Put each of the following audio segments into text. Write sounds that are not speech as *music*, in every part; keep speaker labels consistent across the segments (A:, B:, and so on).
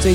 A: 最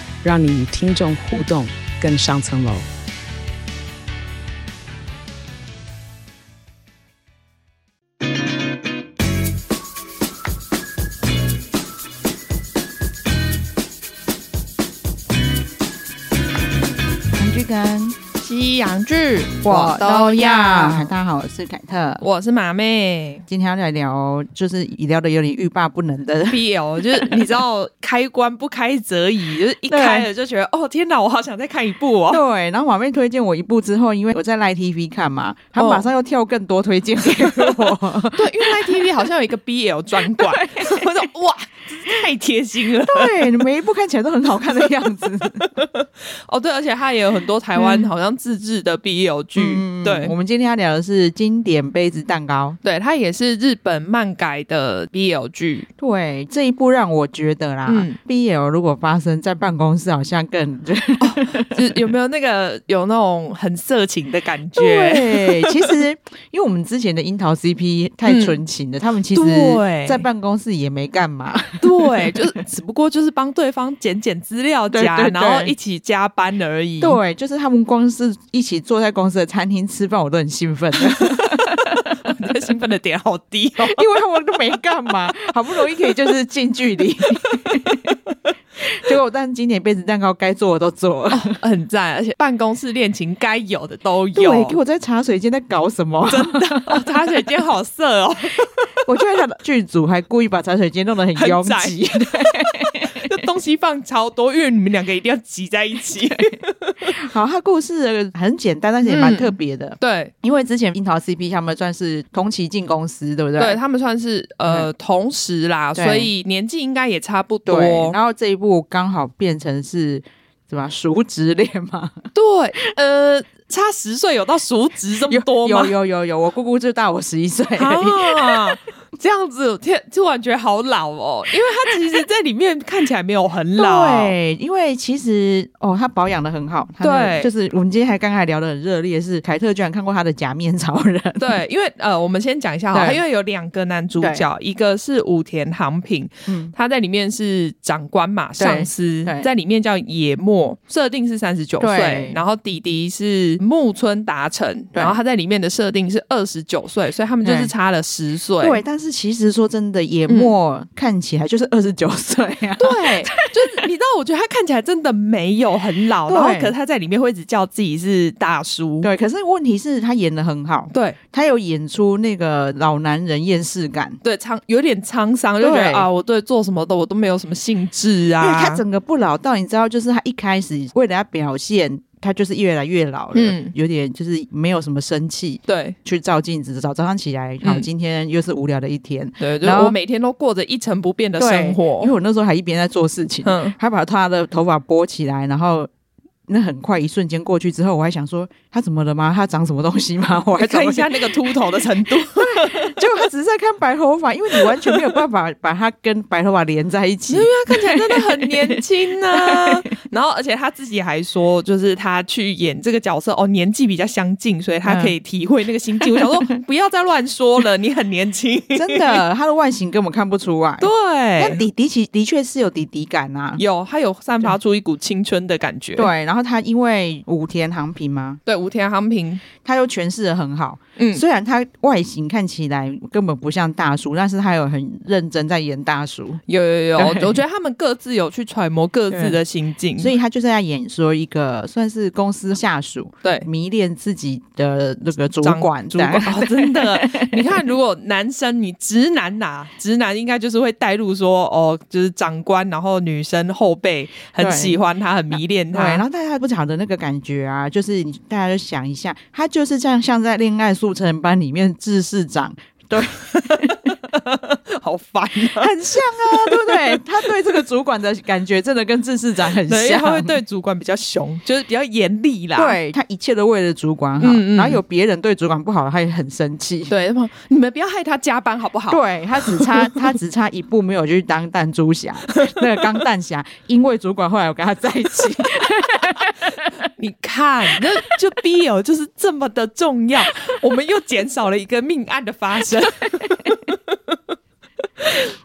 A: 让你与听众互动更上层楼。
B: 韩剧跟西洋剧
C: 我都要
B: 大家好，我是凯特。
C: 我是马妹
B: 今天要来聊，就是聊的有点欲罢不能的
C: *laughs* ，BL，就是你知道开关不开则已，就是一开了就觉得哦天哪，我好想再看一部哦。
B: 对。然后马妹推荐我一部之后，因为我在 Live TV 看嘛，她
C: 哦
B: 马上又跳更多推荐给我。
C: 对，因为 Line TV 好像有一个 BL 专馆，我说哇，真是太贴心了。
B: 对，每一部看起来都很好看的样子。
C: *laughs* 哦对，而且它也有很多台湾好像自制的 BL *laughs* 剧，对
B: 嗯我。们今天要聊的是经典杯子蛋糕。
C: 对，它也是日本漫改的 BL *laughs* 剧，
B: 对，这一部让我觉得啦、
C: 嗯
B: b l 如果发生在办公室，好像更
C: 就是有没有那个有那种很色情的感觉？
B: 对，其实因为我们之前的樱桃 CP 太纯情了，他们其实
C: 对
B: 在办公室也没干嘛，
C: *laughs* 对，就是只不过就是帮对方剪剪资料
B: 对
C: 夹，
B: 对
C: 然后
B: 对
C: 一起加班而已。
B: *laughs*
C: *laughs*
B: 对，就是他们光是一起坐在公司的餐厅吃饭，我都很兴奋的， *laughs*
C: 你的兴奋的点好低
B: 因
C: 哦。
B: 为他们都没干嘛，好不容易可以就是近距离。 *laughs* 结果，但今年杯子蛋糕该做的都做了。
C: 很赞，而且办公室恋情该有的都有。
B: 对，给
C: *laughs*
B: 我在茶水间在搞什么？
C: 哦，茶水间好色哦，
B: *laughs* 我觉得他的剧组还故意把茶水间弄得很
C: 很
B: 拥
C: 窄
B: 挤。 *laughs*
C: 这东西放超多，因为你们两个一定要挤在一起。
B: 好，他故事很简单，但是也蛮特别的。
C: *laughs* 对，
B: 因为之前樱桃 CP 他们算是同期进公司，对不对？嗯
C: 对他们算是呃同时啦，
B: 对
C: 所以年纪应该也差不多。
B: 对。然后这一部刚好变成是什么熟职恋
C: *laughs*
B: 嘛？
C: 对，呃，差十岁有到熟职这么多吗
B: 有？有有有，我姑姑就大我十一岁。 *laughs*
C: 啊， *laughs* 这样子，天，突然觉得好老哦，因为他其实在里面看起来没有很老，
B: 对，因为其实哦，他保养的很好。他的
C: 对
B: 就是我们今天还刚才聊的很热烈，是凯特居然看过他的《假面超人》。
C: 对，因为呃，我们先讲一下哈，
B: 对
C: 因为有两个男主角，一个是武田航平，
B: 嗯
C: 他在里面是长官嘛，上司
B: 对，
C: 在里面叫野末，设定是三十九
B: 对
C: 岁，然后弟弟是木村达成，
B: 对
C: 然后他在里面的设定是二十九岁，所以他们就是
B: 对
C: 差了十
B: *laughs*
C: 岁。
B: 对，但是其实说真的，
C: 嗯
B: 野末看起来就是二十九岁 *laughs*
C: *laughs*
B: 啊。
C: 对，就是你知道，我觉得他看起来真的没有很老，
B: 对
C: 然后可是他在里面会一直叫自己是大叔。
B: 对，可是问题是，他演的很好，
C: 对
B: 他有演出那个老男人厌世感。
C: 对，沧有点沧桑，就觉
B: 对
C: 得啊，我对做什么的我都没有什么兴致啊。
B: 因为他整个不老到，你知道，就是他一开始为了要表现，他就是越来越老了，
C: 嗯
B: 有点就是没有什么生气，
C: 对
B: 去照镜子，早早上起来，好，
C: 嗯
B: 今天又是无聊的一天
C: 对，就是
B: 然后
C: 我每天都过着一成不变的
B: 对
C: 生活
B: 因为。我那时候还一边在做事情，
C: 嗯，
B: 他把他的头发拨起来，然后。那很快，一瞬间过去之后，我还想说他怎么了吗？他长什么东西
C: *laughs*
B: 吗？我还
C: 来看一下
B: *laughs* 找
C: 那个秃头的
B: *laughs*
C: 程度。啊
B: 不到，结果他只是在看白头发，因为你完全没有办法把他跟白头发连在一
C: *laughs*
B: 起。
C: 他看起来真的很年轻呢、然后，而且他自己还说，就是他去演这个角色哦，年纪比较相近，所以他可
B: 嗯
C: 以体会那个心境。我
B: *laughs*
C: 想说，不要再乱说了，你很年轻。
B: 真的，他的外形根本看不出来。但
C: *laughs* 对，
B: 弟弟其的确是有弟弟感啊，
C: 哎有他有散发出一股青春的感觉。
B: 对，然后他因为武田航平嘛，
C: 对，吴天航平，
B: 他又诠释的很好。
C: 嗯，
B: 虽然他外形看起来根本不像大叔，但是他有很认真在演大叔，
C: 有有有，
B: 对
C: 我觉得他们各自有去揣摩各自的心境，
B: 所以他就是在演说一个算是公司下属
C: 对。
B: 迷恋自己的那个主
C: 长
B: 管，
C: 主管、 *laughs* 哦、真的，你看，如果男生你直男呐、直男应该就是会带入说，哦，就是长官，然后女生后辈很
B: 对
C: 喜欢他，很迷恋
B: 对，然
C: 他，
B: 后大家不晓得那个感觉啊，就是你大家就想一下，他就是这样像在《恋爱速成班》里面智市长，对，
C: 好烦啊！
B: 很像啊，对不对？他对这个主管的感觉真的跟自市 *laughs* 长很
C: 对，因为
B: 像，
C: 他会对主管比较凶，就是比较严厉啦。
B: 对他一切都为了主管好，
C: 嗯嗯
B: 然后有别人对主管不好，他也很生气。
C: 对，他说你们不要害他加班好不好？
B: 对他只 *laughs* 差他只差一步没有去当弹珠侠， *laughs* 那个钢弹侠，因为主管后来有跟他在一起， *laughs*
C: 你看，那就 BL 就是这么的重要，我们又减少了一个命案的发生。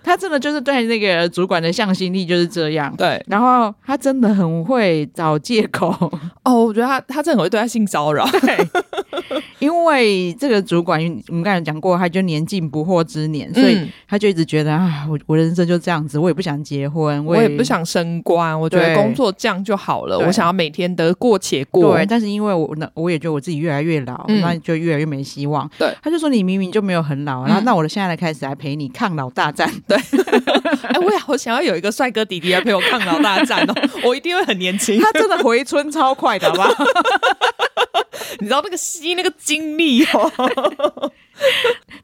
B: 他真的就是对那个主管的向心力就是这样。
C: *laughs* 对，
B: 然后他真的很会找借口，
C: 哦，我觉得他他真的很会对他性骚扰。
B: 因为这个主管我们刚才讲过，他就年近不惑之年，所以
C: 嗯
B: 他就一直觉得啊，我我人生就这样子，我也不想结婚，
C: 我也不。想升官，我觉
B: 对
C: 得工作这样就好了。
B: 对
C: 我想要每天得过且过
B: 对，。但是因为我那我也觉得我自己越来越老，
C: 嗯
B: 那就越来越没希望。
C: 对，
B: 他就说你明明就没有很老，然后
C: 嗯
B: 那我现在来开始来陪你抗老大
C: *laughs*
B: 战。
C: 哎，我也好想要有一个帅哥弟弟来陪我抗老大战哦，我一定会很年 *laughs* 轻。
B: 他真的回春超快的，好不好？ *laughs*
C: 你知道那个吸那个精力哦，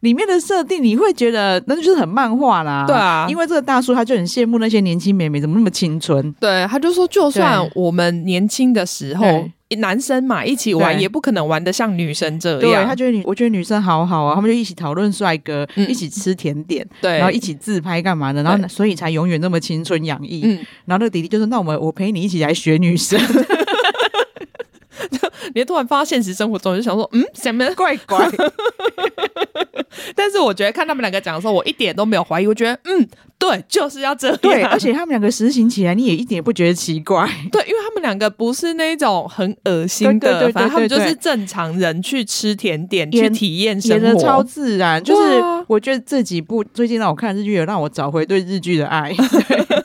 B: 里面的设定你会觉得那就是很漫画啦。
C: 对啊
B: 因为这个大叔他就很羡慕那些年轻美眉怎么那么青春。
C: 对，他就说，就算
B: 对
C: 我们年轻的时候
B: 对，
C: 男生嘛一起玩，
B: 对
C: 也不可能玩得像女生这
B: 对，
C: 样。
B: 他觉得女，我觉得女生好好啊，他们就一起讨论帅哥，
C: 嗯
B: 一起吃甜点，
C: 对，
B: 然后一起自拍干嘛的，然后所以才永远那么青春洋溢。
C: 嗯，
B: 然后那个弟弟就说：“那我们我陪你一起来学女生， *laughs*
C: 你突然放到现实生活中，就想说，嗯，什么？
B: 怪
C: *laughs*
B: 怪。
C: 但是我觉得看他们两个讲的时候，我一点都没有怀疑，我觉得，嗯，对，啊就是要这样。” *laughs*
B: 对，而且他们两个实行起来，你也一点也不觉得奇怪。
C: 对，因为他们两个不是那种很恶心
B: 对对
C: 的，
B: 对对
C: 反正他们就
B: 对
C: 是正常人去吃甜点，去
B: 演
C: 体验生
B: 演的
C: 活。
B: 超自然，就是
C: 对啊
B: 我觉得这几部最近让我看的日剧，有让我找回对日剧的
C: *laughs*
B: 爱，对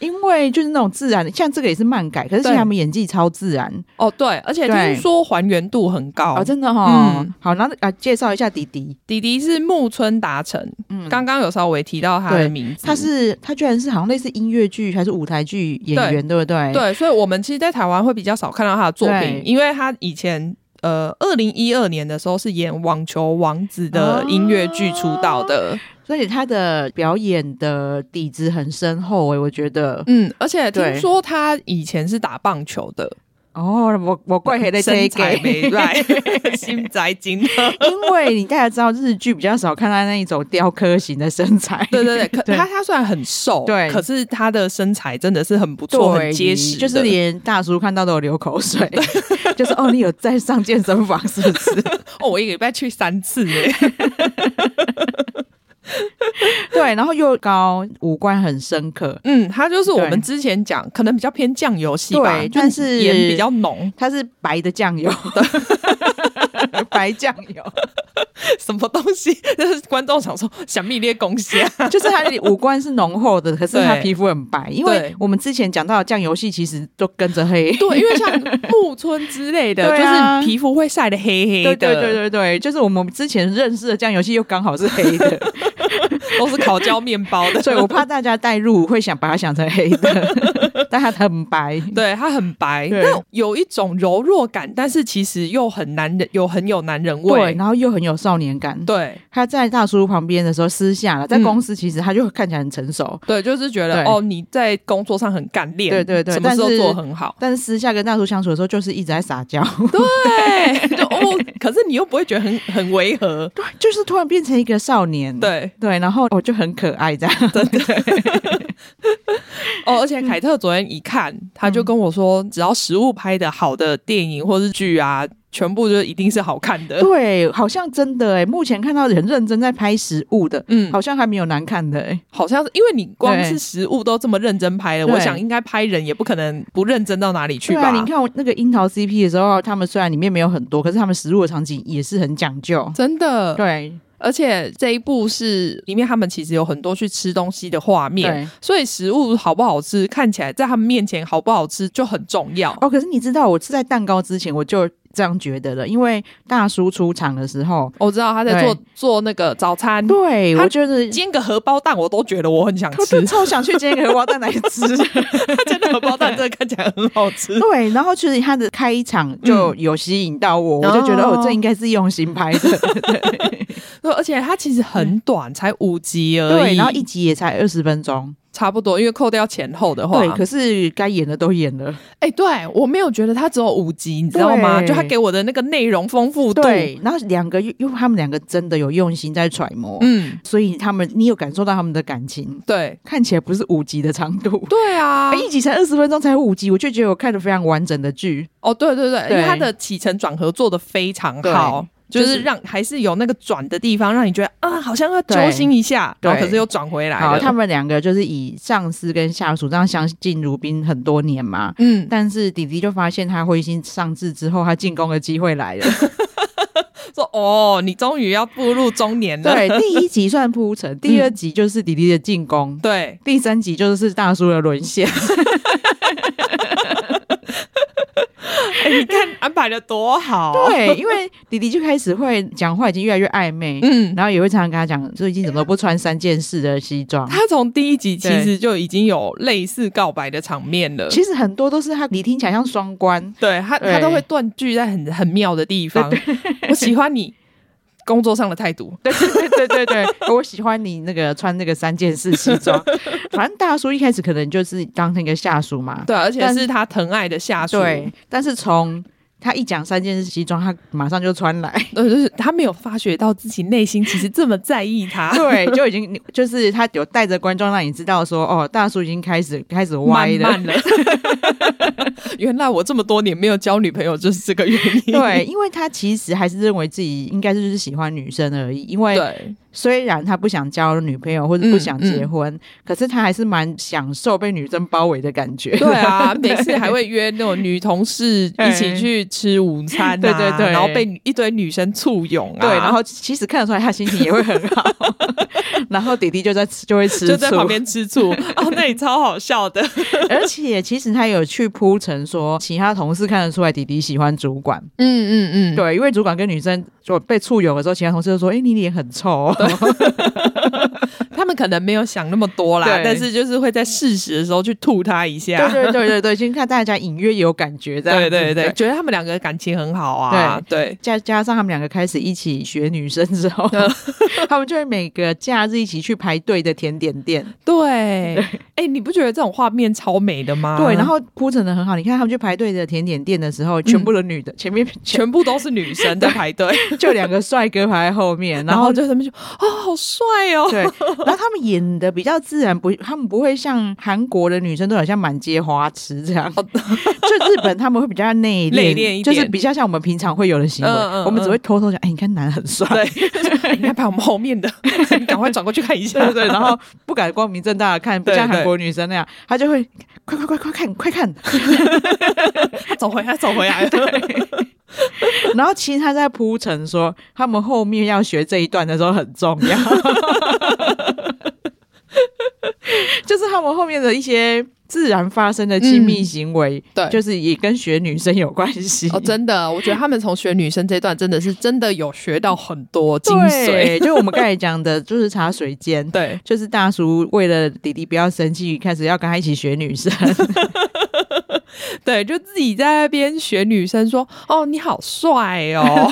B: 因为就是那种自然的，像这个也是漫改，可是
C: 对
B: 其实他们演技超自然
C: 哦，对，而且听
B: 对
C: 说还原度很高。
B: 哦，真的哈、
C: 嗯
B: 好，然后啊，介绍一下迪迪，
C: 弟弟是木村达成，
B: 嗯，
C: 刚刚有稍微提到他的
B: 对
C: 名字，
B: 他是他居然是好像类似音乐剧还是舞台剧演员，对不对？
C: 对，所以我们其实，在台湾会比较少看到他的作品
B: 对，
C: 因为他以前。呃，二零一二年的时候是演《网球王子》的音乐剧出道的，
B: 所以他的表演的底子很深厚诶、欸我觉得。
C: 嗯，而且听
B: 对
C: 说他以前是打棒球的，
B: 哦，我我怪黑的这
C: 身
B: 一
C: 材
B: 个。 *laughs*
C: 美赖， *laughs* 心宅精。
B: 因为你大家知道日剧比较少看到那一种雕刻型的身材，
C: 对对对，可
B: *laughs* 对
C: 他他虽然很瘦，
B: 对
C: 可是他的身材真的是很不
B: 对，
C: 错，很结实的，
B: 就是连大叔看到都有流口水， *laughs* 就是哦，你有在上健身房是不
C: *laughs*
B: 是？
C: 哦，我一个礼拜去三次
B: *laughs*
C: 耶，
B: 对，然后又高，五官很深刻，
C: 嗯，他就是我们
B: 对
C: 之前讲，可能比较偏酱油系吧，
B: 对
C: 就
B: 但是
C: 盐比较浓， *laughs*
B: 他是白的酱油，白酱油，
C: 什么东西？ *laughs* 就是观众想说想密列攻击
B: *laughs*
C: 啊，
B: 就是他的五官是浓厚的，可是他
C: 对
B: 皮肤很白，因为
C: 对
B: 我们之前讲到的酱油系其实都跟着黑。
C: 对，因为像木村之类的，
B: 对啊
C: 就是皮肤会晒得黑黑
B: 对
C: 的，
B: 对对对对，就是我们之前认识的酱油系又刚好是黑 *laughs* 的，
C: 都是烤焦面包
B: *laughs*
C: 的，
B: 所以我怕大家带入会想把它想成黑的， *laughs* 但它很白。
C: 对，它很白，
B: 对
C: 但有一种柔弱感，但是其实又很男人，有很有男人
B: 对，
C: 味。
B: 然后又很有少年感。
C: 对
B: 他在大叔旁边的时候，私下了，在
C: 嗯
B: 公司其实他就看起来很成熟，
C: 对，就是觉得
B: 对
C: 哦，你在工作上很干练，
B: 对对对
C: 什么事都
B: 但是
C: 做得很好
B: *laughs* 。但是私下跟大叔相处的时候，就是一直在撒娇， *laughs*
C: 对，就哦，可是你又不会觉得很很违和。
B: 对，就是突然变成一个少年，
C: 对
B: 对，然后我、哦就很可爱这样，
C: 哦，而且凯特昨天一看，他就跟我说，只要食物拍的好的电影或是剧啊，全部就一定是好看
B: *laughs*
C: 的。
B: 对，好像真的哎，目前看到很认真在拍食物的，
C: 嗯，
B: 好像还没有难看的哎，
C: 好像是因为你光
B: 对
C: 是食物都这么认真拍了，我
B: 对
C: 想应该拍人也不可能不认真到哪里去
B: 对
C: 吧？
B: 啊，你看我那个樱桃 CP 的时候，他们虽然里面没有很多，可是他们食物的场景也是很讲究，
C: 真的，
B: 对
C: 而且这一部是里面他们其实有很多去吃东西的画面，
B: 对。
C: 所以食物好不好吃，看起来在他们面前好不好吃就很重要。
B: 哦，可是你知道，我吃在蛋糕之前，我就这样觉得的，因为大叔出场的时候，
C: 我知道他在做
B: 对
C: 做那个早
B: 嗯
C: 餐，
B: 对
C: 他
B: 我觉得
C: 煎个荷包蛋，我都觉得我很想 *laughs*
B: 我
C: 吃
B: 真的。超想去煎一个荷包蛋来吃。
C: 他煎的荷包蛋真的看起来很好吃。
B: *laughs* 对，然后其实他的开场就有吸引到我，我就觉得
C: 哦
B: 嗯哦，这应该是用心拍的。
C: *laughs* 对，而且它其实很短，才五集而已，
B: 对，然后一集也才二十分钟。
C: 差不多，因为扣掉前后的话，
B: 对，可是该演的都演了。
C: 哎、对我没有觉得它只有五集，你知道吗？
B: 对
C: 就它给我的那个内容丰富度，
B: 对，然后两个又因为他们两个真的有用心在揣摩，
C: 嗯，
B: 所以他们你有感受到他们的感情，
C: 对，
B: 看起来不是五集的长度。
C: 对啊
B: *laughs* 哎，，一集才二十分钟，才五集，我就觉得我看的非常完整的剧。
C: 哦，对对对，因
B: 对
C: 为它的起承转合做的非常好。就
B: 就是
C: 是让还是有那个转的地方，让你觉得啊，好像要揪心一下，
B: 对
C: 然后可是又转回来
B: 好，
C: 了。
B: 他们两个就是以上司跟下属这样相敬如宾很多年嘛。
C: 嗯，
B: 但是弟弟就发现他灰心丧志之后，他进攻的机会来
C: *laughs*
B: 了。
C: 说哦，你终于要步入中年了。
B: 对，第一集算铺陈，第二集就是弟弟的进攻，
C: 对，
B: 第三集就是大叔的沦陷。
C: 哎，你看安排的多好。，
B: 对，因为弟弟就开始会讲话，已经越来越暧昧，
C: 嗯，
B: 然后也会常常跟他讲，最近怎么都不穿三件式的西装。
C: 他从第一集其
B: 对
C: 实就已经有类似告白的场面了。
B: 其实很多都是他，你听起来像双关，
C: 对他，他
B: 对
C: 都会断句在很很妙的地方。我喜欢你工作上的态度，
B: 对对对对对对，我喜欢你那个穿那个三件式西装。反正大叔一开始可能就是当那个下属嘛，
C: 对，而且
B: 但
C: 是他疼爱的下属，
B: 对，但是从他一讲三件式西装，他马上就穿来。
C: 呃，就是他没有发觉到自己内心其实这么在意他，
B: 对，就已经就是他有带着观众让你知道说，哦，大叔已经开始开始 *laughs* 歪
C: 慢
B: 了，
C: 慢了。 *laughs* 原来我这么多年没有交女朋友就是这个原 *laughs*
B: *laughs*
C: 因。
B: 对，因为他其实还是认为自己应该就是喜欢女生而已。因为
C: 对嗯
B: 虽然他不想交女朋友或者不想结婚，可是他还是蛮享受被女生包围的感觉。
C: 对
B: *laughs*
C: 啊，每次还会约那种女同事一起去吃午餐、啊，
B: 对对对
C: 然后被一堆女生簇拥啊，
B: 对，然后其实看得出来他心情也会很好， *laughs* 然后弟弟就在吃就会吃醋，
C: 就在旁边吃醋， *laughs* 哦，那里超好笑
B: *laughs*
C: 的。
B: 而且其实他有去铺陈说，其他同事看得出来弟弟喜欢主管，
C: 嗯嗯嗯，
B: 对，因为主管跟女生就被簇拥的时候，其他同事就说：“哎、你脸很臭、哦。”
C: 他们可能没有想那么多啦，
B: 对
C: 但是就是会在适时的时候去吐他一
B: *laughs*
C: 下。
B: 对对对对对，先看大家隐约有感觉，这样
C: 对
B: 子
C: 对对，觉得他们两个感情很好啊。对
B: 加加上他们两个开始一起学女生之后，
C: 嗯
B: *laughs* 他们就会每个假日一起去排队的甜点店。
C: 对，哎、你不觉得这种画面超美的吗？
B: 对，然后铺陈的很好。你看他们去排队的甜点店的时候，全部的
C: 嗯
B: 女的，前
C: *laughs*
B: 面全
C: *laughs* 全部都是女生在排队，
B: 就两个帅哥排在后面，然
C: 然后
B: 后。
C: 就他们就啊、好帅哦。
B: *laughs* 对，然后他们演的比较自然，不，他们不会像韩国的女生都好像满街花痴这样。就日本他们会比较内
C: 哦内敛一点
B: 就是比较像我们平常会有的行为，
C: 嗯嗯
B: 我们只
C: 嗯
B: 会偷偷讲，哎、你看男的很帅，
C: 对， *laughs* 你看排我们后面的，你赶快转过去看一下。
B: 对对对，然后不敢光明正大的看，不
C: 对
B: 像
C: 对
B: 韩国女生那样，她就会快快快快看快看。 *laughs*
C: 他走回来，走回来。
B: 然后其实她在铺陈说，他们后面要学这一段的时候很重要， *laughs* 就是他们后面的一些自然发生的亲密行为，
C: 嗯对
B: 就是也跟学女生有关系。 *laughs*
C: 哦，真的，我觉得他们从学女生这段真的是真的有学到很多精髓。
B: *laughs* 对，就我们刚才讲的，就是茶水间。
C: 对，
B: 就是大叔为了弟弟不要生气，开始要跟他一起学女生。
C: 对，就自己在那边学女生说：“哦，你好帅哦。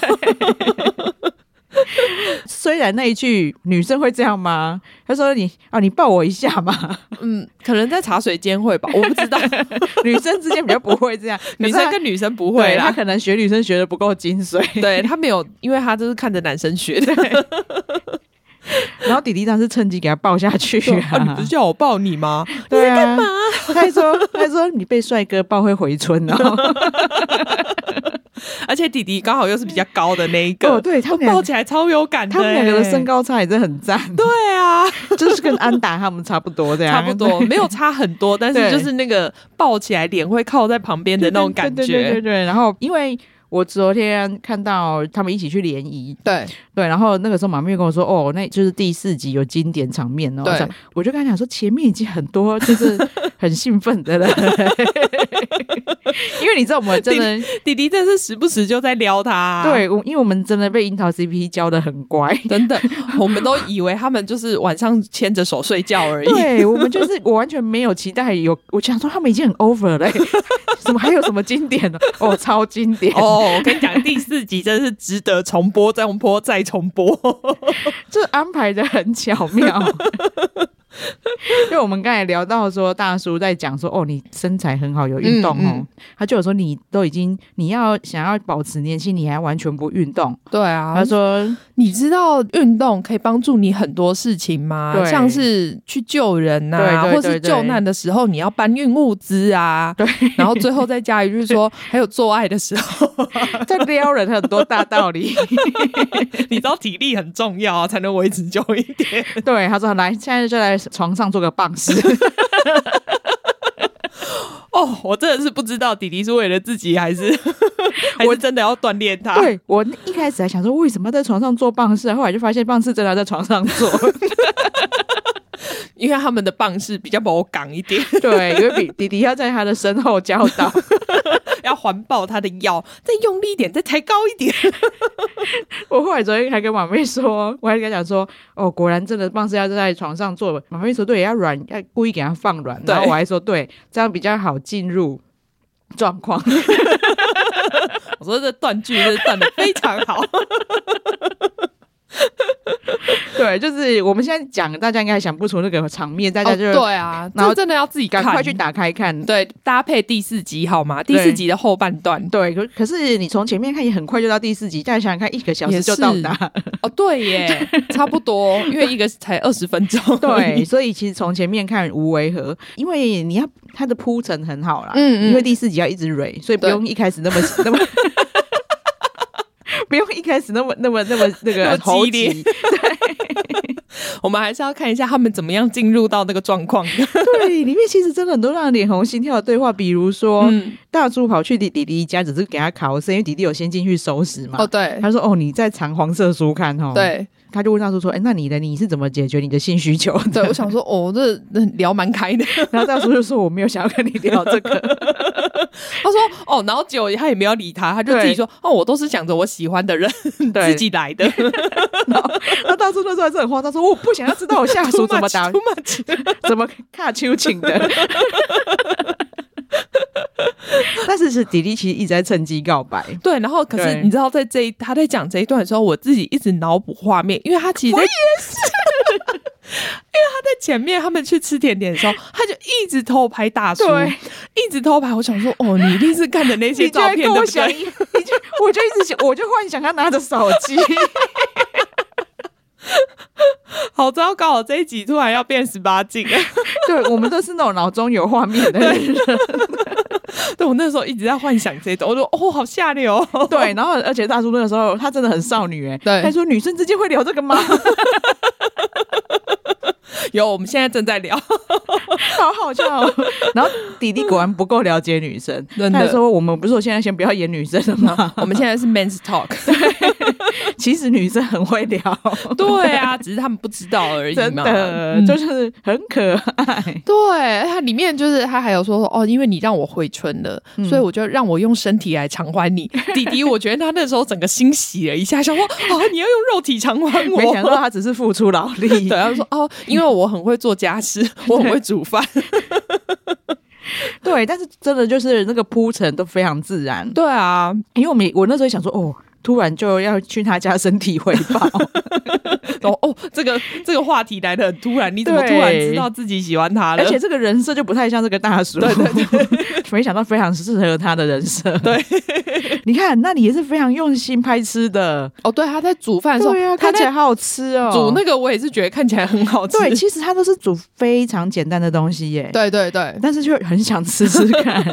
B: 虽然那一句女生会这样吗？他说你啊，你抱我一下嘛。” *laughs*
C: 嗯，可能在茶水间会吧，我不知道，
B: 女生之间比较不会 *laughs* 这样，
C: 女
B: 可是
C: 生
B: 她
C: 跟女生不
B: 对
C: 会
B: 她
C: 啦。
B: 可能学女生学的不够精 *laughs* 髓。
C: *laughs* 对他没有，因为他就是看着男生学的。
B: 然后弟弟当时趁机给他抱下去、
C: *laughs* 哦你不是叫我抱你吗？
B: 啊 *laughs* 对啊，干嘛？他还说他还说你被帅哥抱会回春哦。
C: 而且弟弟刚好又是比较高的那一
B: *laughs*
C: 个，
B: 哦，对他们 *laughs*
C: 抱
B: 两
C: 起来超有感的、欸
B: 他们两个的身，高差也是很赞，
C: 对啊，
B: *laughs* 就是跟安达他们差不多这样，
C: 差不多，没有差很多，但
B: 啊 *laughs* 对
C: 是就是那个抱起来脸会靠在旁边的那种感
B: 对对对对
C: 觉。
B: 对。然后因为。我昨天看到他们一起去联谊，
C: 对
B: 对，然后那个时候马妹跟我说，哦，那就是第四集有经典场面哦。
C: 对
B: 我想我 *laughs* 就跟他讲说，前面已经很多就是很兴奋的了， *laughs* 因为你知道我们真的
C: 弟弟真是时不时就在撩他、啊
B: 对，我因为我们真的被樱桃 CP 教的很
C: *laughs*
B: 乖。
C: 等等，我们都以为他们就是晚上牵着手睡觉而已。
B: 对我们就是我完全没有期待有，我想说他们已经很 over *laughs* 了、什么还有什么经典呢？哦，超经典，
C: 哦，我跟你讲，第四集真是值得重播、再重播、再重播。 *laughs*
B: 这安排的很巧妙。因为我们刚才聊到说，大叔在讲说，哦，你身材很好，有运动哦，
C: 嗯嗯
B: 他就有说你都已经你要想要保持年轻，你还完全不运动。
C: 对啊
B: 他说，
C: *laughs* 你知道运动可以帮助你很多事情吗？
B: 对
C: 像是去救人呐、
B: 对对
C: 或是
B: 对对
C: 救难的时候你要搬运物资啊。 *laughs* 对，然后最后再加一句 *laughs* 说，还有做爱的时候，
B: 在撩人很多大道理。
C: *laughs* 你知道体力很重要啊，才能维持久一点。
B: 对，他说来，现在就来床上做个棒式。
C: *laughs* 哦，我真的是不知道弟弟是为了自己还 *laughs* 是还是真的要锻炼他。
B: 对我一开始还想说，为什么在床上做棒式啊？后来就发现棒式真的要在床上
C: *laughs*
B: 做，
C: 因为他们的棒是比较不港一点，
B: 对，因为比弟弟要在他的身后教导，
C: *laughs* 要环抱他的腰，再用力一点，再抬高一点。
B: 我后来昨天还跟马妹说，我还跟她讲说，哦，果然真的棒是要在床上做。马妹说对，要软，要故意给她放软。
C: 对
B: 然后我还说对，这样比较好进入状
C: *laughs*
B: 况。
C: 我说这断句真是断的非常 *laughs* 好。
B: 对，就是我们现在讲，大家应该想不出那个场面，大家就、
C: 哦对啊，
B: 然
C: 然
B: 后
C: 后真的要自己
B: 赶快
C: 看
B: 去打开看。
C: 对搭配第四集好吗？第
B: 对
C: 四集的后半段
B: 对，可可是你从前面看也很快就到第四集，大家想想看，一个小时
C: 也
B: 就是到达。
C: 哦，对耶， *laughs* 差不多，因为一个才二十分钟。
B: *laughs* 对，，所以其实从前面看无违和，因为你要它的铺陈很好啦，
C: 嗯嗯
B: 因为第四集要一直蕊，所以不
C: 对
B: 用一开始那么那么。 *laughs* 不用一开始那么那么那么那
C: *laughs* 那
B: 个
C: 么
B: 猴
C: 激烈
B: 急，
C: *laughs* 我们还是要看一下他们怎么样进入到那个状况的。
B: 对，里面其实真的很多让人脸红心跳的对话，比如说、
C: *laughs* 嗯，
B: 大猪跑去弟弟弟家，只是给他考试，因为弟弟有先进去收拾嘛。
C: 哦，对
B: 他说：“哦，你在藏黄色书刊哦。”，
C: *laughs* 对
B: 他就问大叔说：“哎、那你的你是怎么解决你的性需求的？” *laughs*
C: 对，我想说，哦，这这聊蛮开的。
B: 然后大叔就说：“我没有想要跟你聊这个。”
C: *laughs* 他说，哦，然后九他也没有理他，他就自己说，哦，我都是想着我喜欢的人
B: 对
C: *laughs* 自己来的，
B: *laughs* 那大叔那时候还是很慌张，说我不想要知道我下 *laughs* 属怎么打
C: Too much, too
B: *laughs*
C: much
B: 怎么卡秋请的。 *laughs* 但是是迪丽其实一直在趁机告白，
C: 对，然后可是
B: 对
C: 你知道，在这一他在讲这一段的时候，我自己一直脑补画面，因为他其实在 *laughs* 因为他在前面他们去吃甜点的时候，他就一直偷拍大叔，
B: 对
C: 一直偷拍。我想说，哦，你一定是看的那些
B: 你就
C: 照
B: 在
C: 片，
B: 跟我
C: 对不
B: 想，
C: 对？
B: *laughs* 你就我就一直想，我就幻想他拿着手机，
C: 好糟糕哦，这一集突然要变十八禁了。
B: *laughs*
C: *laughs*
B: 对我们都是那种脑中有画面的人，
C: 对我那时候一直在幻想这一种，我说哦，好下流哦、
B: *laughs* 对，然后而且大叔那个时候他真的很少女哎、
C: 对
B: 他说女生之间会聊这个吗？
C: 有，我们现在正在
B: *laughs*
C: 聊，
B: 好好笑、哦。 *laughs* 然后弟弟果然不够了解女生，
C: 真的
B: 他还说我们不是说现在先不要演女生了吗？
C: *laughs* 我们现在是 men's talk。
B: 其实女生很会聊，
C: 对啊， *laughs* 只是他们不知道而已
B: *laughs*
C: 嘛。
B: 真的、
C: 嗯
B: 就是很可爱。
C: 对，它里面就是它还有说哦，因为你让我回春了，所以我就让我用身体来偿还你。弟弟，我觉得他那时候整个欣喜了一下，想说啊，你要用肉体偿还我。
B: 没想到她只是付出劳力
C: *laughs* 对，，他就说哦，因为我很会做家事，我很会煮饭。
B: 对，但是真的就是那个铺陈都非常自然，
C: 对啊，
B: 因为我们我那时候想说，哦，突然就要去她家身体汇
C: *laughs*
B: 报，
C: 然后哦，这个这个话题来的很突然，你怎么
B: 对
C: 突然知道自己喜欢他了？
B: 而且这个人设就不太像这个大叔，对对对， *laughs* 没想到非常适合他的人设，对， *laughs* 你看，那你也是非常用心拍吃的，
C: 哦，对，他在煮饭的时候，
B: 对啊，
C: 他
B: 看起来
C: 在
B: 好好吃哦，
C: 煮那个，我也是觉得看起来很好吃。
B: 对，其实他都是煮非常简单的东西耶，
C: 对对对
B: 但是就很想吃吃看。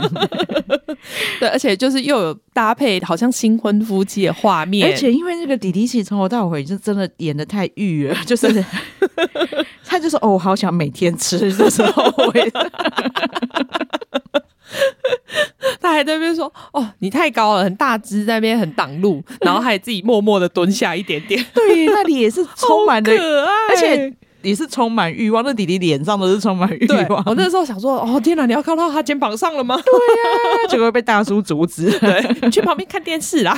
C: 对，而且就是又有搭配，好像新婚夫妻的画面，
B: 而且因为那个弟弟其实从头到尾就真的演的太欲了， *laughs* 就是他就说哦，我好想每天吃的时候，我也
C: *laughs* 他还在那边说：“哦，你太高了，很大只，在那边很挡路。”然后还自己默默的蹲下一点点，
B: 对，那里也是充满了，
C: 好可爱。
B: 而且也是充满欲望，那弟弟脸上都是充满欲
C: 对，
B: 望。
C: 我那时候想说，哦天哪，你要靠到他肩膀上了吗？ *laughs*
B: 结果被大叔阻止，
C: 对，你去旁边看电视啦。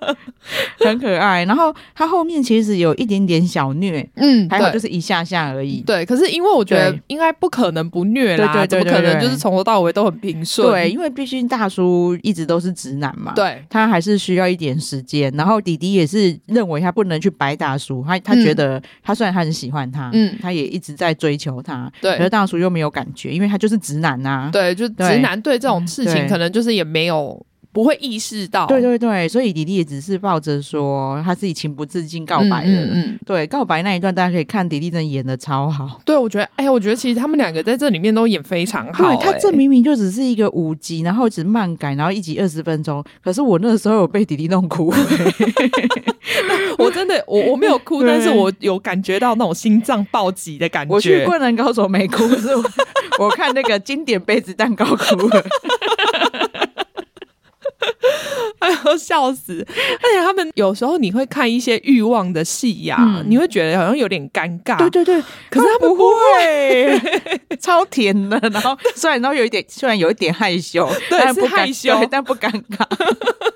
B: *laughs* 很可爱。然后他后面其实有一点点小虐，
C: 嗯
B: 还好就是是一下下而已。
C: 对，可是因为我觉得
B: 对
C: 应该不可能不虐
B: 对对对
C: 啦，怎么可
B: 对
C: 能
B: 对
C: 就是从头到尾都很平顺？
B: 对，因为毕竟大叔一直都是直男嘛。。
C: 对
B: 他还是需要一点时间，然后弟弟也是认为他不能去白大叔，他他
C: 嗯
B: 觉得他虽然他很喜欢他，
C: 嗯
B: 他也一直在追求他，可是
C: 对
B: 大叔又没有感觉，因为他就是直男啊呐、
C: 对，就直
B: 对
C: 男对这种事情
B: 对
C: 可能就是也没有不会意识到，嗯
B: 对对对，所以弟弟也只是抱着说他自己情不自禁告白了。
C: 嗯嗯嗯
B: 对，告白那一段大家可以看，迪丽真的演的超好。
C: 对，我觉得，哎、我觉得其实他们两个在这里面都演非常好、
B: 对他
C: 哎
B: 这明明就只是一个五集，然后只漫改，然后一集二十分钟。可是我那时候有被迪迪弄 *laughs* 哭，
C: *laughs* 我真的，我我没有哭，
B: 对
C: 但是我有感觉到那种心脏暴击的感觉。
B: 我
C: *laughs*
B: 去《灌篮高手》没哭，是我我看那个经典杯子蛋糕哭了。
C: 哎呦，笑死！而且他们有时候你会看一些欲望的戏呀、
B: 嗯
C: 你会觉得好像有点尴尬。
B: 对对对，
C: 可是啊 *laughs* 他不
B: 会， *laughs* 超甜的。然后虽然都有一点，虽然有一点害羞，
C: *laughs* 对
B: 但不
C: 是害
B: 尴
C: 羞
B: 对但不尴尬。 *laughs*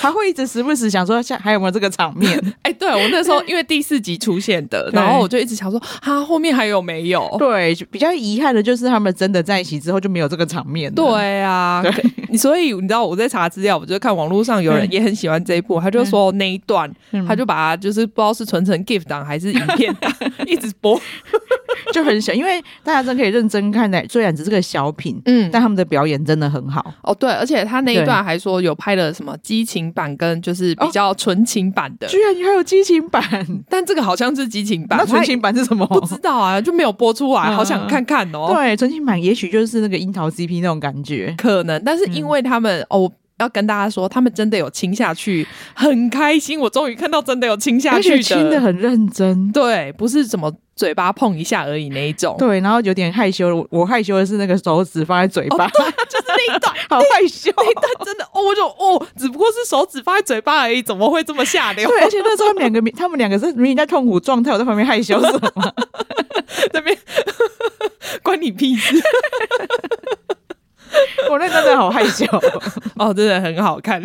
B: 还会一直时不时想说，下还有没有这个场
C: *laughs*
B: 面？
C: 哎、对我那时候因为第四集出现
B: *laughs*
C: 的，
B: 对
C: 然后我就一直想说，哈，后面还有没有？
B: *laughs* 对，比较遗憾的就是他们真的在一起之后就没有这个场面了。
C: 对啊，可你所以你知道我在查资料，我就看网络上有人
B: 嗯
C: 也很喜欢这一部，他就说那一段，
B: 嗯
C: 他就把它就是不知道是存成 GIF 档还是影片
B: *laughs*
C: 档，一直播。
B: 就很想，因为大家真可以认真看待，虽然只是个小品，
C: *laughs* 嗯
B: 但他们的表演真的很好。
C: 哦对，而且他那一
B: 对哦
C: 段还说有拍了什么激情版跟就是比较纯情版的，
B: 居然还有激情版，
C: 但这个好像是激情版，
B: 那纯
C: 他
B: 情版是什么？
C: 不知道啊，就没有播出来，
B: 嗯
C: 好想看看哦。
B: 对，纯情版也许就是那个樱桃 CP 那种感觉。
C: 可能，但是
B: 嗯
C: 因为他们、哦。我要跟大家说，他们真的有亲下去，很开心。我终于看到真的有亲下
B: 而
C: 去
B: 且
C: 的，
B: 亲的很认真，
C: 对，不是怎么嘴巴碰一下而已那一种。 *laughs*
B: 对，然后有点害羞。我我害羞的是那个手指放在嘴巴，
C: 哦就是那一段，
B: *laughs* 好害羞。
C: 那一段真的哦，我就哦，只不过是手指放在嘴巴而已，怎么会这么下流？ *laughs*
B: 对，而且那时候他们两个，他们两个是明明在痛苦状态，我在旁边害羞什
C: *laughs*
B: 么？
C: 这边 *laughs* 关你屁事 *laughs*
B: 我那真的好害羞。 *laughs*
C: 哦，真的很好 *laughs* 看。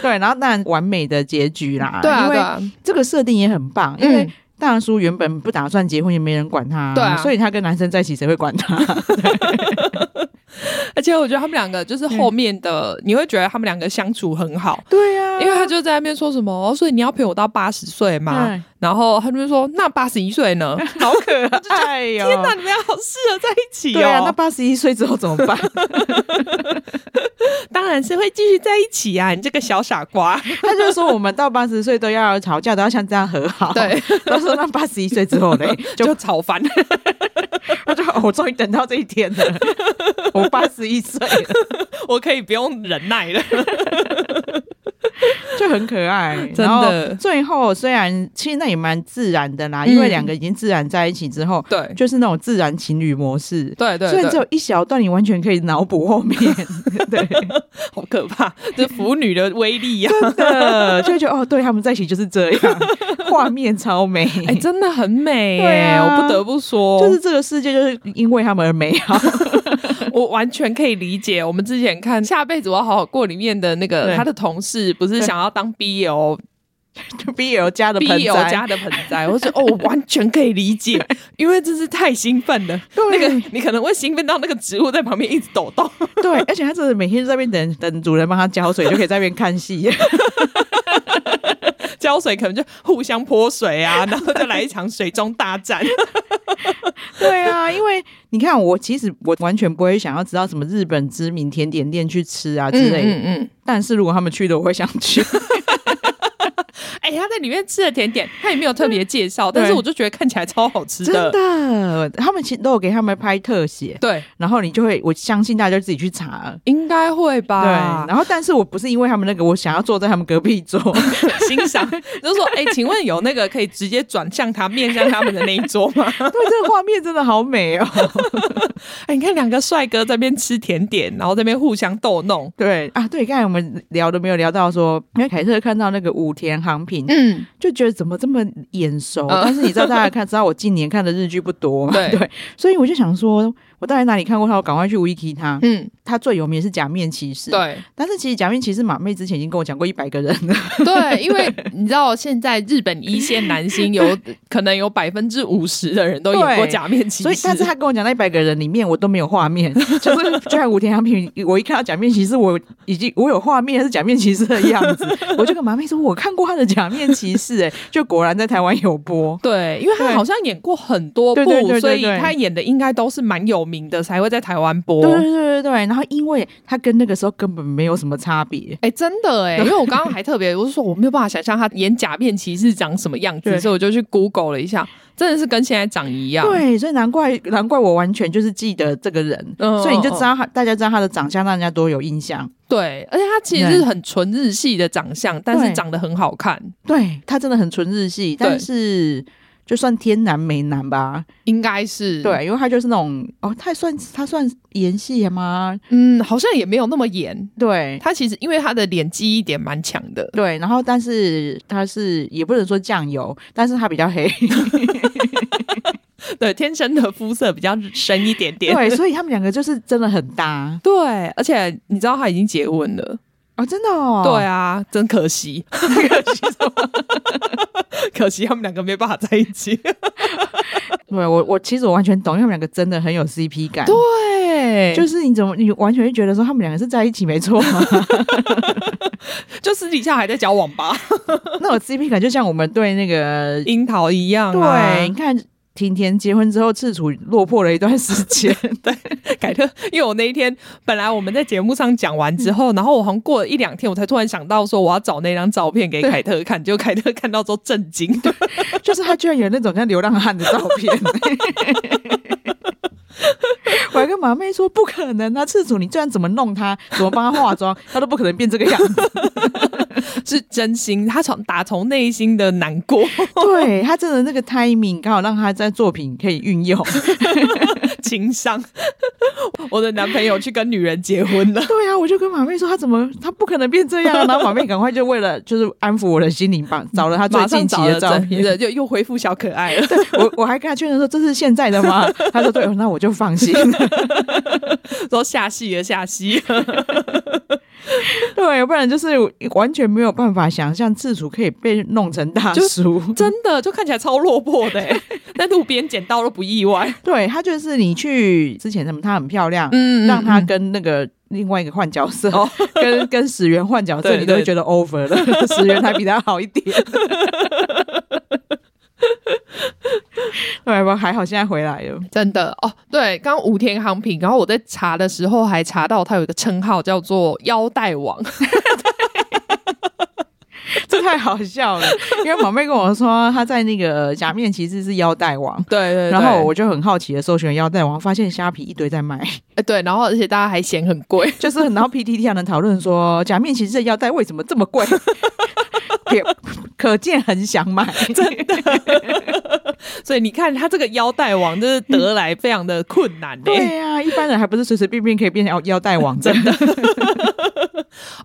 B: 对，然后当然完美的结局啦，
C: 对啊
B: 因为
C: 对啊嗯
B: 这个设定也很棒，因为。大叔原本不打算结婚，也没人管他，
C: 对啊
B: 所以他跟男生在一起，谁会管他？
C: 而且我觉得他们两个就是
B: 嗯
C: 后面的，你会觉得他们两个相处很好。
B: *laughs* 对啊呀
C: 因为他就在那边说什么，哦所以你要陪我到八十岁嘛？
B: 嗯
C: 然后他就说，那八十一
B: *laughs*
C: 岁呢？
B: 好可爱哟、
C: 天哪，你们俩好适合在一起
B: 哎对啊，那
C: 哦！
B: 八十一岁之后怎么办？
C: 当然是会继续在一起啊！你这个小傻
B: *laughs*
C: 瓜，
B: 他就说我们到八十岁都要吵架，都要像这样和好。
C: 对，
B: *laughs* 他说那八十一岁之
C: *laughs*
B: 后嘞，
C: 就
B: 就
C: 吵翻。
B: 他就 *laughs* 哦我终于等到这一天了，我八十一岁了，
C: *laughs* 我可以不用忍耐
B: *laughs*
C: 了。
B: 就很可爱。
C: 真的
B: 然后最后虽然其实那也蛮自然的啦，
C: 嗯
B: 因为两个已经自然在一起之后，
C: 对
B: 就是那种自然情侣模式。
C: 对对
B: 虽然只
C: 对
B: 有一小段，你完全可以脑补后
C: *laughs*
B: 面，对，
C: 好可怕，这腐女的威力啊
B: *laughs*
C: 呀、
B: 真的就会觉得哦，对，他们在一起就是这样，画面超美，
C: 哎、真的很美、
B: 对
C: 哎，
B: 啊
C: 我不得不说，
B: 就是这个世界就是因为他们而美好。
C: 我完全可以理解。我们之前看《下辈子我要好好过》里面的那个
B: 对
C: 他的同事，不是想要当 BL
B: *laughs* BL 加的盆
C: BL
B: 栽
C: 家的盆栽， *laughs* 我说哦，我完全可以理解，因为真是太兴奋了。
B: 对
C: 那个你可能会兴奋到那个植物在旁边一直抖动，
B: 对，而且他真的每天就在那边等等主人帮他浇水，就可以在那边看 *laughs* 戏。
C: 浇水可能就互相泼水啊，然后就来一场水中大战。
B: 对啊，因为你看，我其实我完全不会想要知道什么日本知名甜点店去吃啊之类的。
C: 嗯嗯
B: 但是如果他们去的，我会想去。
C: 哎、他在里面吃的甜点，他也没有特别介绍，但是我就觉得看起来超好吃
B: *laughs* 真的，他们其实都有给他们拍特写，
C: 对，
B: 然后你就会，我相信大家就自己去查。啊
C: 应该会
B: 对，
C: 吧？
B: 然后但是我不是因为他们那个，我想要坐在他们隔壁 *laughs* 桌。
C: 欣 *laughs* 赏，就是说，哎、请问有那个可以直接转向他、面向他们的那一桌吗？
B: 对，这个画面真的好美哦。
C: *laughs* 哎、你看两个帅哥在那边吃甜点，然后在那边互相逗弄。
B: 对啊，对，刚才我们聊的没有聊到说，因为凯特看到那个武田航品，
C: 嗯，
B: 就觉得怎么这么眼熟？
C: 嗯
B: 但是你知道，大家看知道我近年看的日剧不多嘛，
C: *laughs* 对
B: 所以我就想说，我到底哪里看过他？我赶快去 wiki 他。
C: 嗯，
B: 他最有名是《假面骑士》，。
C: 对
B: 但是其实《假面骑士》马妹之前已经跟我讲过一百个人了，
C: *laughs* 对，因为你知道现在日本一线男星有可能有百分之五十的人都演过
B: 对
C: 假面骑士，
B: 所以但是他跟我讲那一百个人里面，我 *laughs* 都没有画面。就是就像武田洋平，我一看到《假面骑士》，我已经我有画面是《假面骑士》的样
C: *laughs*
B: 子，我就跟马妹说，我看过他的《假面骑士》，哎， *laughs* 就果然在台湾有播。
C: 对，因为他
B: 对
C: 好像演过很多
B: 对
C: 部，
B: 对对对
C: 所以
B: 对
C: 他演的应该都是蛮有名的，才会在台湾播。
B: 对对对对对，然后因为他跟那个时候根本没有什么差别，
C: 哎、真的
B: *laughs*
C: 哎、因为我刚刚还特别，我是说我没有办法想象他演假面骑士长什么样子，
B: 对
C: 所以我就去 Google 了一下，真的是跟现在长一样。
B: 对，所以难怪难怪我完全就是记得这个人，
C: 嗯
B: 所以你就知道他，大家知道他的长相，让人家多有印象。
C: 对，而且他其实是很纯日系的长相，但是长得很好看，
B: 对他真的很纯日系，
C: 对嗯
B: 但是就算天男美男吧，
C: 应该是，
B: 对，因为他就是那种哦，他算他算演戏吗？
C: 嗯，好像也没有那么演。
B: 对。
C: 他其实因为他的脸记忆点蛮强的， *laughs*
B: 对，然后但是他是也不能说酱油，但是他比较
C: *laughs*
B: 黑，
C: 对，天生的肤色比较深一点点。
B: 对，所以他们两个就是真的很搭
C: *laughs* 对，而且你知道他已经结婚了。
B: 哦，真的哦，
C: 对啊，真可惜， *laughs* 可惜什么？ *laughs* 可惜他们两个没办法在一起。
B: 对我我其实我完全懂，因为他们两个真的很有 CP 感，
C: 对就 *laughs*
B: 就是是你怎么你完全就觉得说他们两个是在一起没错，
C: 就私底下还在交往吧，
B: *laughs* 那种 CP 感就像我们对那个
C: 樱桃一样、啊。
B: 对，你看婷婷结婚之后，赤楚落魄了一段时
C: *laughs*
B: 间，
C: 对，改天，因为我那一天本来我们在节目上讲完之
B: 嗯
C: 后，然后我好像过了一两天，我才突然想到说我要找那张照片给凯特看，结果凯特看到之后震惊，
B: 就是她居然有那种像流浪汉的照片。 *laughs* 我还跟马妹说不可能啊，赤楚你居然怎么弄她，怎么帮她化妆，她都不可能变这个样
C: *laughs*
B: 子。
C: 是真心，他从打从内心的难过， *laughs*
B: 对她真的那个 timing 刚好让她在作品可以运
C: *laughs*
B: 用。
C: 情商。我的男朋友去跟女人结婚了。
B: 对啊，我就跟马妹说她怎么她不可能变这样啊，然后马妹赶快就为了就是安抚我的心灵，帮找了她最
C: 马上
B: 近期
C: 找
B: 的
C: 了
B: 照
C: 真
B: 片。
C: 对，就又恢复小可爱了。
B: 我我还跟他确认说这是现在的吗？ *laughs* 他说对，哦那我就放
C: *laughs*
B: 心。
C: 说下戏了，下戏了。 *laughs*
B: 对，不然就是完全没有办法想象自主可以被弄成大叔。
C: 真的就看起来超落魄的欸，在路边捡到都不意外。
B: *laughs* 对他就是你去之前什么，她很漂亮，
C: 嗯哦
B: 让她跟那个。另外一个换角色， *laughs* 跟跟史源换角色，
C: 对
B: 你都会
C: 对
B: 觉得 over 了。 *laughs* 史源还比他好一点， *laughs* 对吧？还好现在回来了。
C: 真的哦，对，刚刚武田航平，然后我在查的时候还查到他有一个称号叫做腰带王，
B: 这太好笑了。因为宝妹跟我说，她在那个假面骑士是腰带王，
C: *laughs* 对对
B: 然后我
C: 我
B: 就很好奇的搜寻腰带王，发现虾皮一堆在卖， *laughs*
C: 呃对，然后而且大家还嫌很 *laughs* 贵，
B: 就是很然后 PTT 还能讨论说假面骑士的腰带为什么这么贵， *laughs* 也可见很想买，真的
C: 所以你看他这个腰带王就是得来非常的困难欸呢、
B: *laughs* 对呀、一般人还不是随随便便可以变成腰腰带王真的，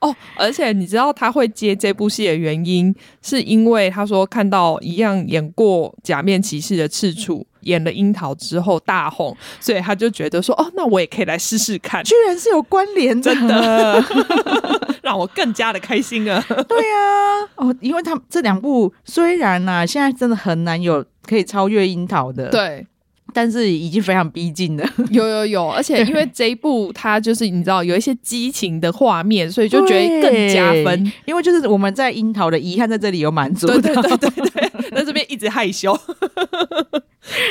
C: 哦，而且你知道他会接这部戏的原因，是因为他说看到一样演过《假面骑士》的赤楚演了樱桃之后大红，所以他就觉得说，哦，那我也可以来试试
B: *laughs*
C: 看，
B: 居然是有关联的，
C: 真的 *laughs* 让我更加的开心啊！
B: *laughs* 对呀、哦，因为他们这两部虽然呐、现在真的很难有可以超越樱桃的，，
C: *laughs* 对，
B: 但是已经非常逼近了， *laughs*
C: 有有有，而且因为这一部它就是你知道有一些激情的画面，所以就觉得更加分。
B: 对，因为就是我们在樱桃的遗憾在这里有满足到，
C: 对对对对对，在这边一直害羞。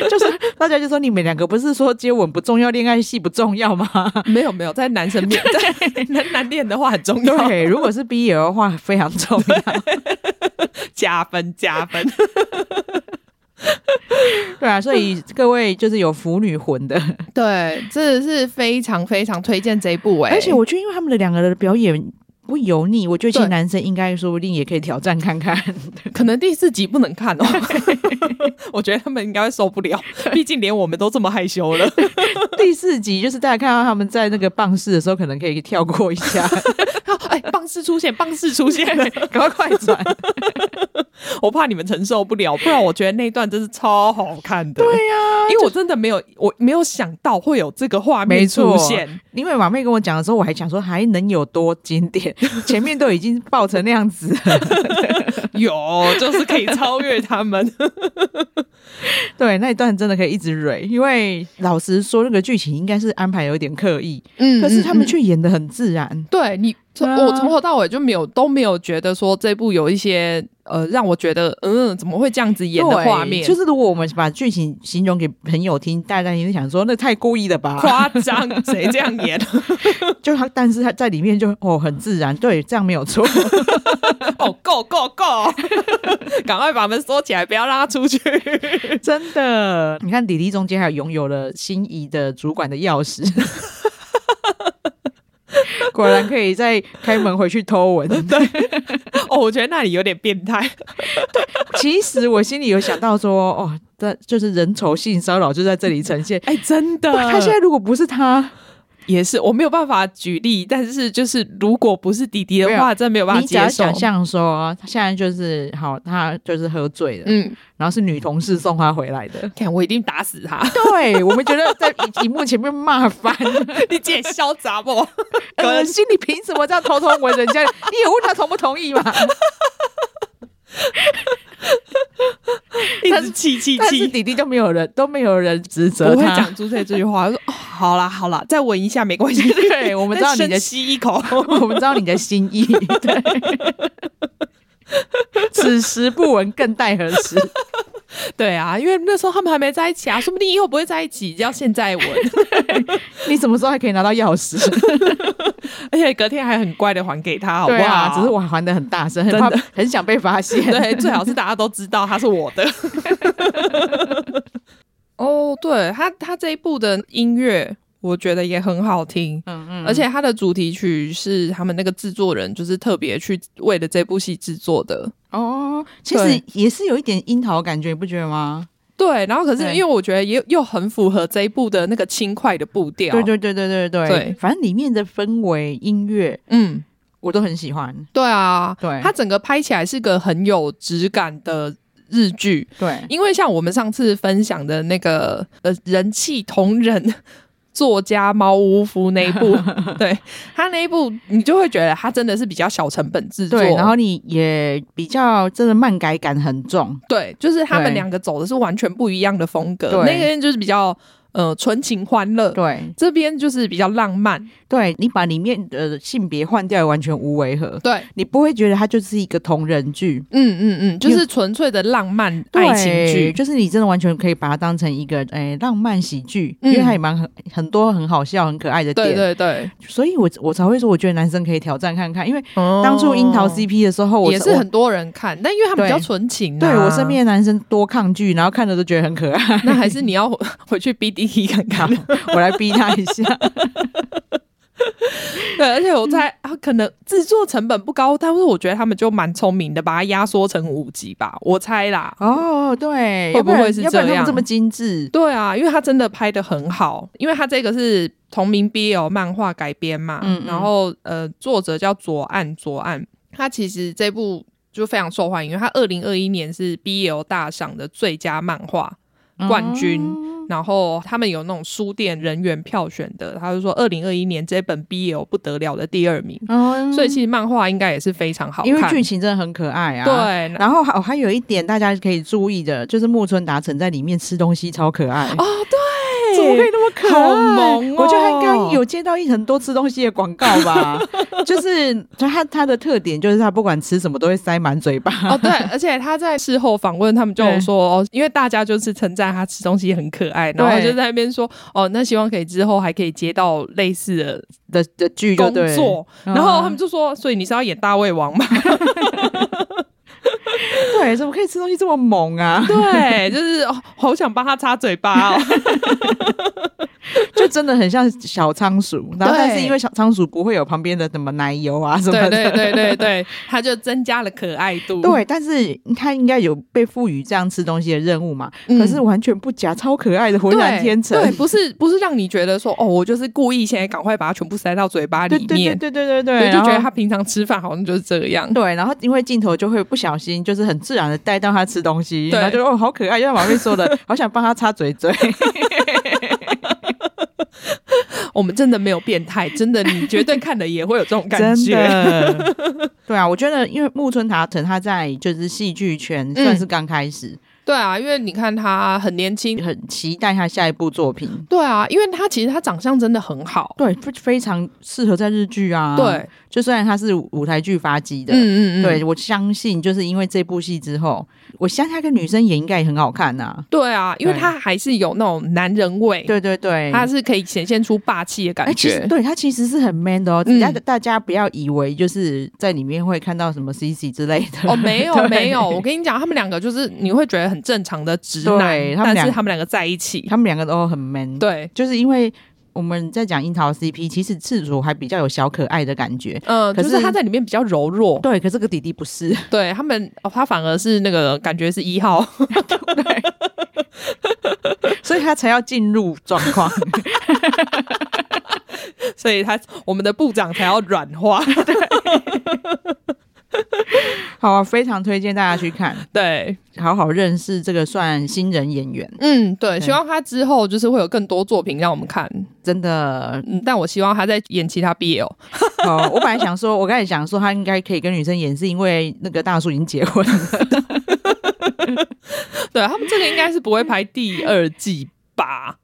B: *laughs* 就是大家就说你们两个不是说接吻不重要，恋爱戏不重要
C: *laughs*
B: 吗？
C: 没有没有，在男生面，在男男恋的话很重要，
B: 对，如果是 BL 的话非常重
C: *laughs* 啊
B: 要。
C: 加分加分。
B: 对啊，所以各位就是有腐女魂
C: *laughs*
B: 的，
C: 对，真的是非常非常推荐这一部哎、
B: 而且我觉得因为他们的两个人的表演。不油腻，我觉得其实
C: 对
B: 男生应该说不定也可以挑战看 *laughs* 看。
C: 可能第四集不能看哦，我觉得他们应该会受不了，毕竟连我们都这么害羞了，
B: 第四集就是大家看到他们在那个棒式的时候，可能可以跳过
C: *laughs*
B: 一下，
C: 哎，棒式出现，棒式出现了，
B: 赶快快转。
C: 我怕你们承受不了，不然我觉得那一段真是超好看的。对呀、因为我真的没有，我没有想到会有这个画面
B: 没
C: 出
B: 错
C: 现。
B: 因为马妹跟我讲的时候，我还想说还能有多经
C: *laughs*
B: 典？前面都已经爆成那样子了，
C: 有，就是可以超越
B: *laughs*
C: 他们。
B: 对那一段真的可以一直蕊。因为老实说，那个剧情应该是安排有点刻意，
C: 嗯
B: 可是他们却演的很自然。
C: 对你从、
B: 对啊
C: 我从头到尾就没有都没有觉得说这部有一些呃让我觉得嗯怎么会这样子演的
B: 对
C: 画面，
B: 就是如果我们把剧情形容给朋友听，大家一定想说那太故意了吧？
C: 夸张，谁这样演？ *laughs*
B: 就他，但是他在里面就哦很自然，对，这样没有
C: *laughs*
B: 错。
C: 哦，go go go！赶快把门锁起来，不要让他出去。
B: 真的，你看弟弟中间还有拥有了心仪的主管的钥匙， *laughs* 果然可以在开门回去偷闻。
C: *laughs* 哦，我觉得那里有点
B: *laughs*
C: 变态。
B: 其实我心里有想到说，哦，这就是人丑性骚扰就在这里呈现。
C: 哎、真的，
B: 哇他现在如果不是他，
C: 也是，我没有办法举例，但是就是如果不是弟弟的
B: 没
C: 话，真没有办法
B: 你只要
C: 接受嗯
B: 想。象说，他现在就是好，他就是喝醉了，
C: 嗯，
B: 然后是女同事送他回来
C: *laughs*
B: 的。
C: 看我一定打死
B: *laughs*
C: 他！
B: 对我们觉得在荧幕前面骂 *laughs* 翻，
C: 你姐潇洒
B: *laughs* 呃
C: 不？
B: 恶呃心！你凭什么这样偷偷闻人家？你有问他同不同意
C: *laughs*
B: 吗？
C: 一直气气
B: 但是
C: 气，
B: 弟弟都没有人都没有人指
C: 不
B: 责
C: 会
B: 他。
C: 讲出这句话。我说哦，好啦好啦，再闻一下没关系。 *laughs*
B: 对我们知道你的
C: 再深吸一
B: *laughs*
C: 口。
B: 我们知道你的心
C: *laughs*
B: 意，对。此时不闻更待何时？
C: 对啊，因为那时候他们还没在一起啊，说不定以后不会在一起，要现
B: *laughs*
C: 在闻。
B: 你什么时候还可以拿到钥匙？
C: 而且隔天还很乖的还给他，好不
B: 对
C: 好？
B: 啊，只是我还的很大声，很怕
C: 真的
B: 很想被发现。
C: *laughs* 对，最好是大家都知道他是我的。 *laughs* 哦，对他，他这一部的音乐我觉得也很好听，
B: 嗯嗯
C: 而且他的主题曲是他们那个制作人就是特别去为了这部戏制作的。
B: 哦，其实
C: 对
B: 也是有一点樱桃的感觉，你不觉得吗？
C: 对，然后可是
B: 对
C: 因为我觉得也又很符合这一部的那个轻快的步调。
B: 对，对对对对对
C: 对
B: 反正里面的氛围、音乐
C: 嗯，
B: 我都很喜欢。
C: 对啊，
B: 对
C: 它整个拍起来是个很有质感的日剧。
B: 对，
C: 因为像我们上次分享的那个呃人气同人作家猫屋夫那
B: *laughs*
C: 一部，对他那一部，你就会觉得他真的是比较小成本制作，
B: 对，然后你也比较真的漫改感很重，
C: 对，就是他们
B: 对
C: 两个走的是完全不一样的风格，
B: 对
C: 那个就是比较呃纯情欢乐。
B: 对
C: 这边就是比较浪漫，
B: 对，你把里面的性别换掉完全无违和，
C: 对，
B: 你不会觉得它就是一个同人剧。
C: 嗯嗯嗯，就是纯粹的浪漫爱情
B: 对
C: 剧，
B: 就是你真的完全可以把它当成一个诶、浪漫喜剧，
C: 嗯
B: 因为它也蛮很很多很好笑、很可爱的点，
C: 对对对。
B: 所以我我才会说，我觉得男生可以挑战看看，因为当
C: 当
B: 初樱桃 CP 的时候，我
C: 哦也是很多人看，但因为他们比较纯情、啊，
B: 对我身边的男生多抗拒，然后看着都觉得很可爱， *laughs*
C: 那还是你要回去 BDE 看看。
B: 我来逼他一下，
C: *laughs* 对，而且我在
B: 嗯
C: 啊，可能制作成本不高，但是我觉得他们就蛮聪明的，把它压缩成五集吧，我猜啦。
B: *laughs* 哦，对，
C: 会不会是
B: 要不然要不然他
C: 这
B: 们
C: 样
B: 这么精致？
C: 对啊，因为他真的拍的很好，因为他这个是同名 BL 漫画改编嘛，
B: 嗯嗯
C: 然后呃，作者叫左岸左岸，他其实这部就非常受欢迎，因为他二零二一年是 BL 大赏的最佳漫画，冠军
B: 哦
C: 然后他们有那种书店人员票选的，他就说二零二一年这本 BL 不得了的第二名，
B: 哦
C: 所以其实漫画应该也是非常好看，
B: 因为剧情真的很可爱啊。。
C: 对，
B: 然后还还有一点大家可以注意的，就是木村达成在里面吃东西超可爱哦，
C: 对
B: 怎么可以那么可爱？
C: 好萌哦
B: 我觉得他应该有接到一很多吃东西的广告 *laughs* 吧，就是就他他的特点就是他不管吃什么都会塞满嘴巴。
C: *laughs* 哦，对，而且他在事后访问，他们就有说，哦，因为大家就是称赞他吃东西很可爱，然后他
B: 对
C: 就在那边说，哦，那希望可以之后还可以接到类似的
B: 的的剧就
C: 工
B: 对了，
C: 作，
B: 嗯
C: 然后他们就说，所以你是要演大胃王
B: *laughs*
C: 吗？
B: 对，怎么可以吃东西这么猛啊？ *laughs*
C: 对，就是、哦、好想帮他擦嘴巴哦。 *laughs*
B: 就真的很像小仓鼠。然后，但是因为小仓鼠不会有旁边的什么奶油啊什么
C: 对
B: 的，
C: 对对对 *laughs* 对，它就增加了可爱度。
B: 对，但是它应该有被赋予这样吃东西的任务嘛？
C: 嗯
B: 可是完全不假，超可爱的，浑
C: 对，
B: 然天成。
C: 对，不是不是让你觉得说哦，我就是故意现在赶快把它全部塞到嘴巴里
B: 对
C: 面，
B: 对对对对对对，
C: 对就
B: 然后
C: 觉得他平常吃饭好像就是这样。
B: 对，然后因为镜头就会不小心，就是很自然的带到他吃东西，
C: 对
B: 然后就哦好可爱，就像马妹说
C: *laughs*
B: 的，好想帮他擦嘴嘴。
C: 我们真的没有变态，真的，你绝对看了也会有这种感
B: 真
C: 觉。 *laughs*
B: 的，对啊，我觉得因为木村塔藤他在就是戏剧圈
C: 嗯
B: 算是刚开始，
C: 对啊，因为你看他很年轻，
B: 很期待他下一部作品。
C: 对啊，因为他其实他长相真的很好，
B: 对，非非常适合在日剧啊。
C: 嗯对，，
B: 就虽然他是舞台剧发迹的，
C: 嗯嗯嗯，
B: 对我相信就是因为这部戏之后，我相信他跟女生也应该也很好看呐、
C: 对啊，因为他还是有那种男人味，
B: 对对对，
C: 他是可以显现出霸气的
B: 哎，
C: 感
B: 其
C: 觉。
B: 实对他其实是很 man 的哦，
C: 嗯
B: 大家、大家不要以为就是在里面会看到什么 CC 之类的
C: 哦，没有
B: 对
C: 没有，我跟你讲，他们两个就是你会觉得很正常的直男
B: 对，他们
C: 但
B: 两
C: 是
B: 个
C: 他们两个在一起，
B: 他们两个都很 man，，
C: 对，
B: 就是因为我们在讲樱桃 CP，其实赤足还比较有小可爱的感觉，
C: 嗯，
B: 可
C: 就是是他在里面比较柔弱，
B: 对，可这个弟弟不是， *laughs*
C: 对他们哦，他反而是那个感觉是一号， *laughs*
B: 所以他才要进入状况， *laughs*
C: 所以他我们的部长才要软 *laughs* 化，
B: 好啊，非常推荐大家去看，
C: 对，
B: 好好认识这个算新人演员，
C: 嗯，对，
B: 对
C: 希望他之后就是会有更多作品让我们看，
B: 真的， *laughs*
C: 嗯，但我希望他在演其他 BL，
B: 哦，我本来想说，我刚才想说他应该可以跟女生演，是因为那个大叔已经结婚了，
C: 对他们这个应该是不会拍第二季吧，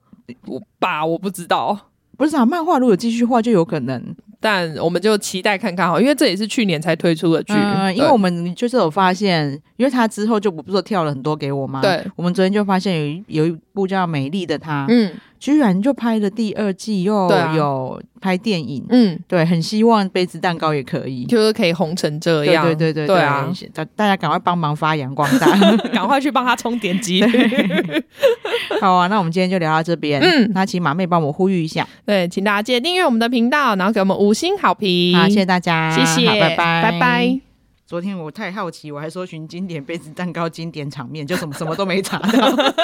C: 我吧我不知道，
B: 不是啊，漫画如果继续画就有可能。
C: 但我们就期待看看哈，因为这也是去年才推出的 *laughs* 剧，
B: 嗯，因
C: 对
B: 为我们就是有发现，因为他之后就不是说跳了很多给我吗？
C: 对，
B: 我们昨天就发现有一有一部叫《美丽的她》，
C: 嗯
B: 居然就拍了第二季，又
C: 对啊
B: 有拍电影，
C: 嗯，
B: 对，很希望杯子蛋糕也可以。
C: 就是可以红成这
B: 对
C: 样，
B: 对对对
C: 对啊，，
B: 大大家赶快帮忙发扬
C: *laughs*
B: 光大。
C: *laughs*
B: *laughs*
C: 赶快去帮他充
A: *laughs*
C: 点击。
B: *laughs* 好啊，那我们今天就聊到这边。
C: 嗯
B: 那请马妹帮我呼吁一下，
C: 对，请大家记得订阅我们的频道，然后给我们五星好评。
B: 好，谢谢大家，
C: 谢谢，
B: 好拜拜，
C: 拜拜。。
B: 昨天我太好奇，我还搜寻经典杯子蛋糕、经典场面，就什么什么都没查到。